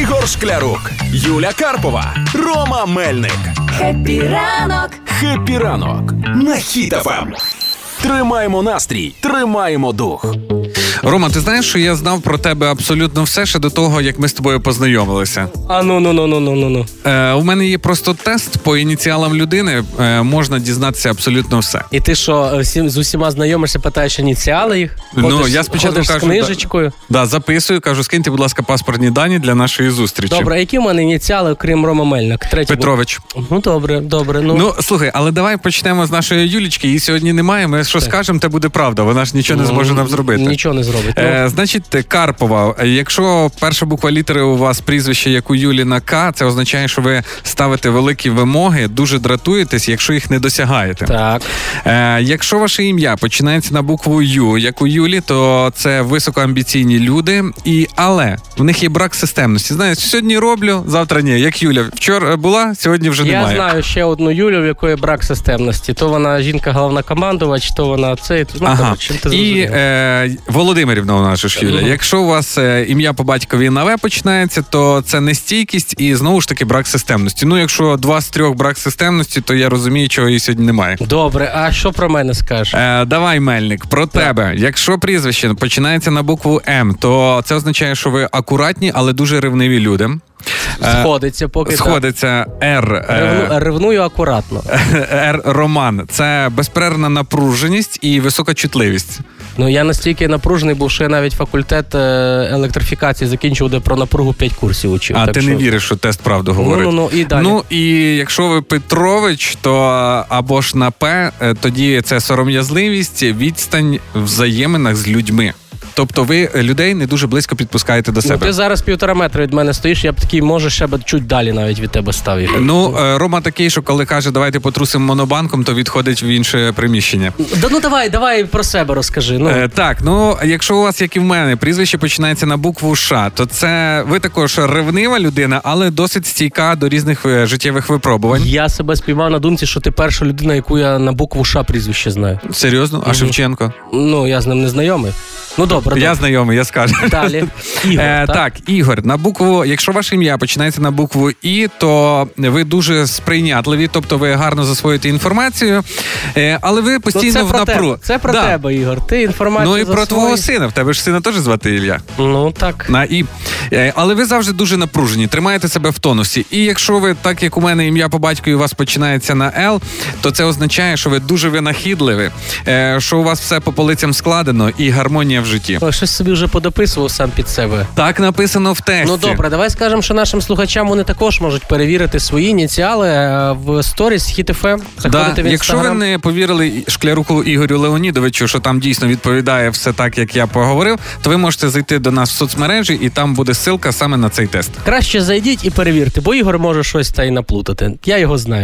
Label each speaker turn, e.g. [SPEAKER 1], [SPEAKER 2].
[SPEAKER 1] Ігор Шклярук, Юля Карпова, Рома Мельник.
[SPEAKER 2] Хеппі ранок!
[SPEAKER 1] Хеппі ранок на хітафам. Тримаємо настрій, тримаємо дух.
[SPEAKER 3] Рома, ти знаєш, що я знав про тебе абсолютно все ще до того, як ми з тобою познайомилися.
[SPEAKER 4] А ну ну ну ну ну ну ну.
[SPEAKER 3] Е, у мене є просто тест по ініціалам людини. Е, можна дізнатися абсолютно все.
[SPEAKER 4] І ти що, е, всім з усіма знайомишся, питаєш ініціали їх?
[SPEAKER 3] Ну,
[SPEAKER 4] Ходиш-
[SPEAKER 3] я спочатку
[SPEAKER 4] ходиш з
[SPEAKER 3] кажу,
[SPEAKER 4] книжечкою.
[SPEAKER 3] Да, записую, кажу, скиньте, будь ласка, паспортні дані для нашої зустрічі.
[SPEAKER 4] Добре, а які в мене ініціали, окрім Рома Мельник? Третій
[SPEAKER 3] Петрович.
[SPEAKER 4] був. Ну добре, добре. Ну,
[SPEAKER 3] Ну слухай, але давай почнемо з нашої Юлічки. Її сьогодні немає. Ми що скажемо, те буде правда. Вона ж нічого не зможе
[SPEAKER 4] Ну,
[SPEAKER 3] нам зробити.
[SPEAKER 4] Нічого не зробить. Ну,
[SPEAKER 3] Е, значить, Карпова, якщо перша буква літери у вас прізвище, як у Юлі на К, це означає, що ви ставите великі вимоги, дуже дратуєтесь, якщо їх не досягаєте.
[SPEAKER 4] Так.
[SPEAKER 3] Е, якщо ваше ім'я починається на букву Ю, як у Юлі, то це високоамбіційні люди. І але в них є брак системності. Знаєш, сьогодні роблю, завтра ні. Як Юля, вчора була, сьогодні вже
[SPEAKER 4] Я
[SPEAKER 3] немає.
[SPEAKER 4] знаю ще одну Юлю, в якої брак системності. То вона жінка головнокомандувач, то вона цей. Ну,
[SPEAKER 3] Ага.
[SPEAKER 4] коротше, ти
[SPEAKER 3] І
[SPEAKER 4] зрозумів.
[SPEAKER 3] е, Володимирівна у нас же ж Юля.
[SPEAKER 4] Мгм.
[SPEAKER 3] Якщо у вас е, ім'я по батькові на В починається, то це нестійкість і знову ж таки брак системності. Ну, якщо два з трьох брак системності, то я розумію, чого її сьогодні немає.
[SPEAKER 4] Добре, а що про мене скажеш?
[SPEAKER 3] Е, давай, Мельник, про тебе. Якщо прізвище починається на букву М, то це означає, що ви акуратні, але дуже ревниві люди. Е,
[SPEAKER 4] Сходиться, поки
[SPEAKER 3] Сходиться Р. е,
[SPEAKER 4] так. Ревну, ревную акуратно.
[SPEAKER 3] Р Роман. Це безперервна напруженість і висока чутливість.
[SPEAKER 4] Ну я настільки напружений був, що я навіть факультет е, електрифікації закінчив, де про напругу 5 курсів учив.
[SPEAKER 3] А
[SPEAKER 4] Так
[SPEAKER 3] ти
[SPEAKER 4] що-
[SPEAKER 3] не віриш, що тест правду говорить.
[SPEAKER 4] Ну, ну, ну, і далі.
[SPEAKER 3] Ну, і якщо ви Петрович, то або ж на П, е, тоді це сором'язливість, відстань в взаєминах з людьми. Тобто ви людей не дуже близько підпускаєте до
[SPEAKER 4] Ну,
[SPEAKER 3] себе.
[SPEAKER 4] ти зараз півтора метра від мене стоїш, я б такий, може, ще б чуть далі навіть від тебе став. їхати.
[SPEAKER 3] Ну, е, Рома такий, що коли каже, давайте потрусимо монобанком, то відходить в інше приміщення.
[SPEAKER 4] Да ну давай, давай про себе розкажи. Ну
[SPEAKER 3] Е, так, ну якщо у вас, як і в мене, прізвище починається на букву Ш, то це ви також ревнива людина, але досить стійка до різних е, життєвих випробувань.
[SPEAKER 4] я себе спіймав на думці, що ти перша людина, яку я на букву Ш прізвище знаю.
[SPEAKER 3] Серйозно, а Шевченко?
[SPEAKER 4] Ну я з ним не знайомий. Ну
[SPEAKER 3] Я
[SPEAKER 4] добре, добре.
[SPEAKER 3] знайомий, я скажу.
[SPEAKER 4] далі.
[SPEAKER 3] Е, так? Ігор, на букву, якщо ваше ім'я починається на букву І, то ви дуже сприйнятливі, тобто ви гарно засвоюєте інформацію, е, але ви
[SPEAKER 4] Ну,
[SPEAKER 3] постійно
[SPEAKER 4] це
[SPEAKER 3] в
[SPEAKER 4] про
[SPEAKER 3] напру.
[SPEAKER 4] тебе. Це про
[SPEAKER 3] Да.
[SPEAKER 4] тебе, Ігор. Ти інформацію
[SPEAKER 3] Ну і про
[SPEAKER 4] засвоїв.
[SPEAKER 3] твого сина. В тебе ж сина теж звати Ілля.
[SPEAKER 4] Ну так.
[SPEAKER 3] На і. Е, Але ви завжди дуже напружені, тримаєте себе в тонусі. І якщо ви, так як у мене ім'я по батькові у вас починається на Л, то це означає, що ви дуже винахідливі, е, що у вас все по полицям складено і гармонія в житті.
[SPEAKER 4] Ой, Щось собі вже подописував сам під себе.
[SPEAKER 3] Так написано в тесті.
[SPEAKER 4] Ну добре, давай скажемо, що нашим слухачам вони також можуть перевірити свої ініціали е, в сторіс хітфм.
[SPEAKER 3] Да.
[SPEAKER 4] Заходити в
[SPEAKER 3] Якщо ви
[SPEAKER 4] Instagram.
[SPEAKER 3] не повірили шкляруку Ігорю Леонідовичу, що там дійсно відповідає все так, як я поговорив, то ви можете зайти до нас в соцмережі, і там буде ссылка саме на цей тест.
[SPEAKER 4] краще зайдіть і перевірте, бо Ігор може щось та й наплутати. Я його знаю.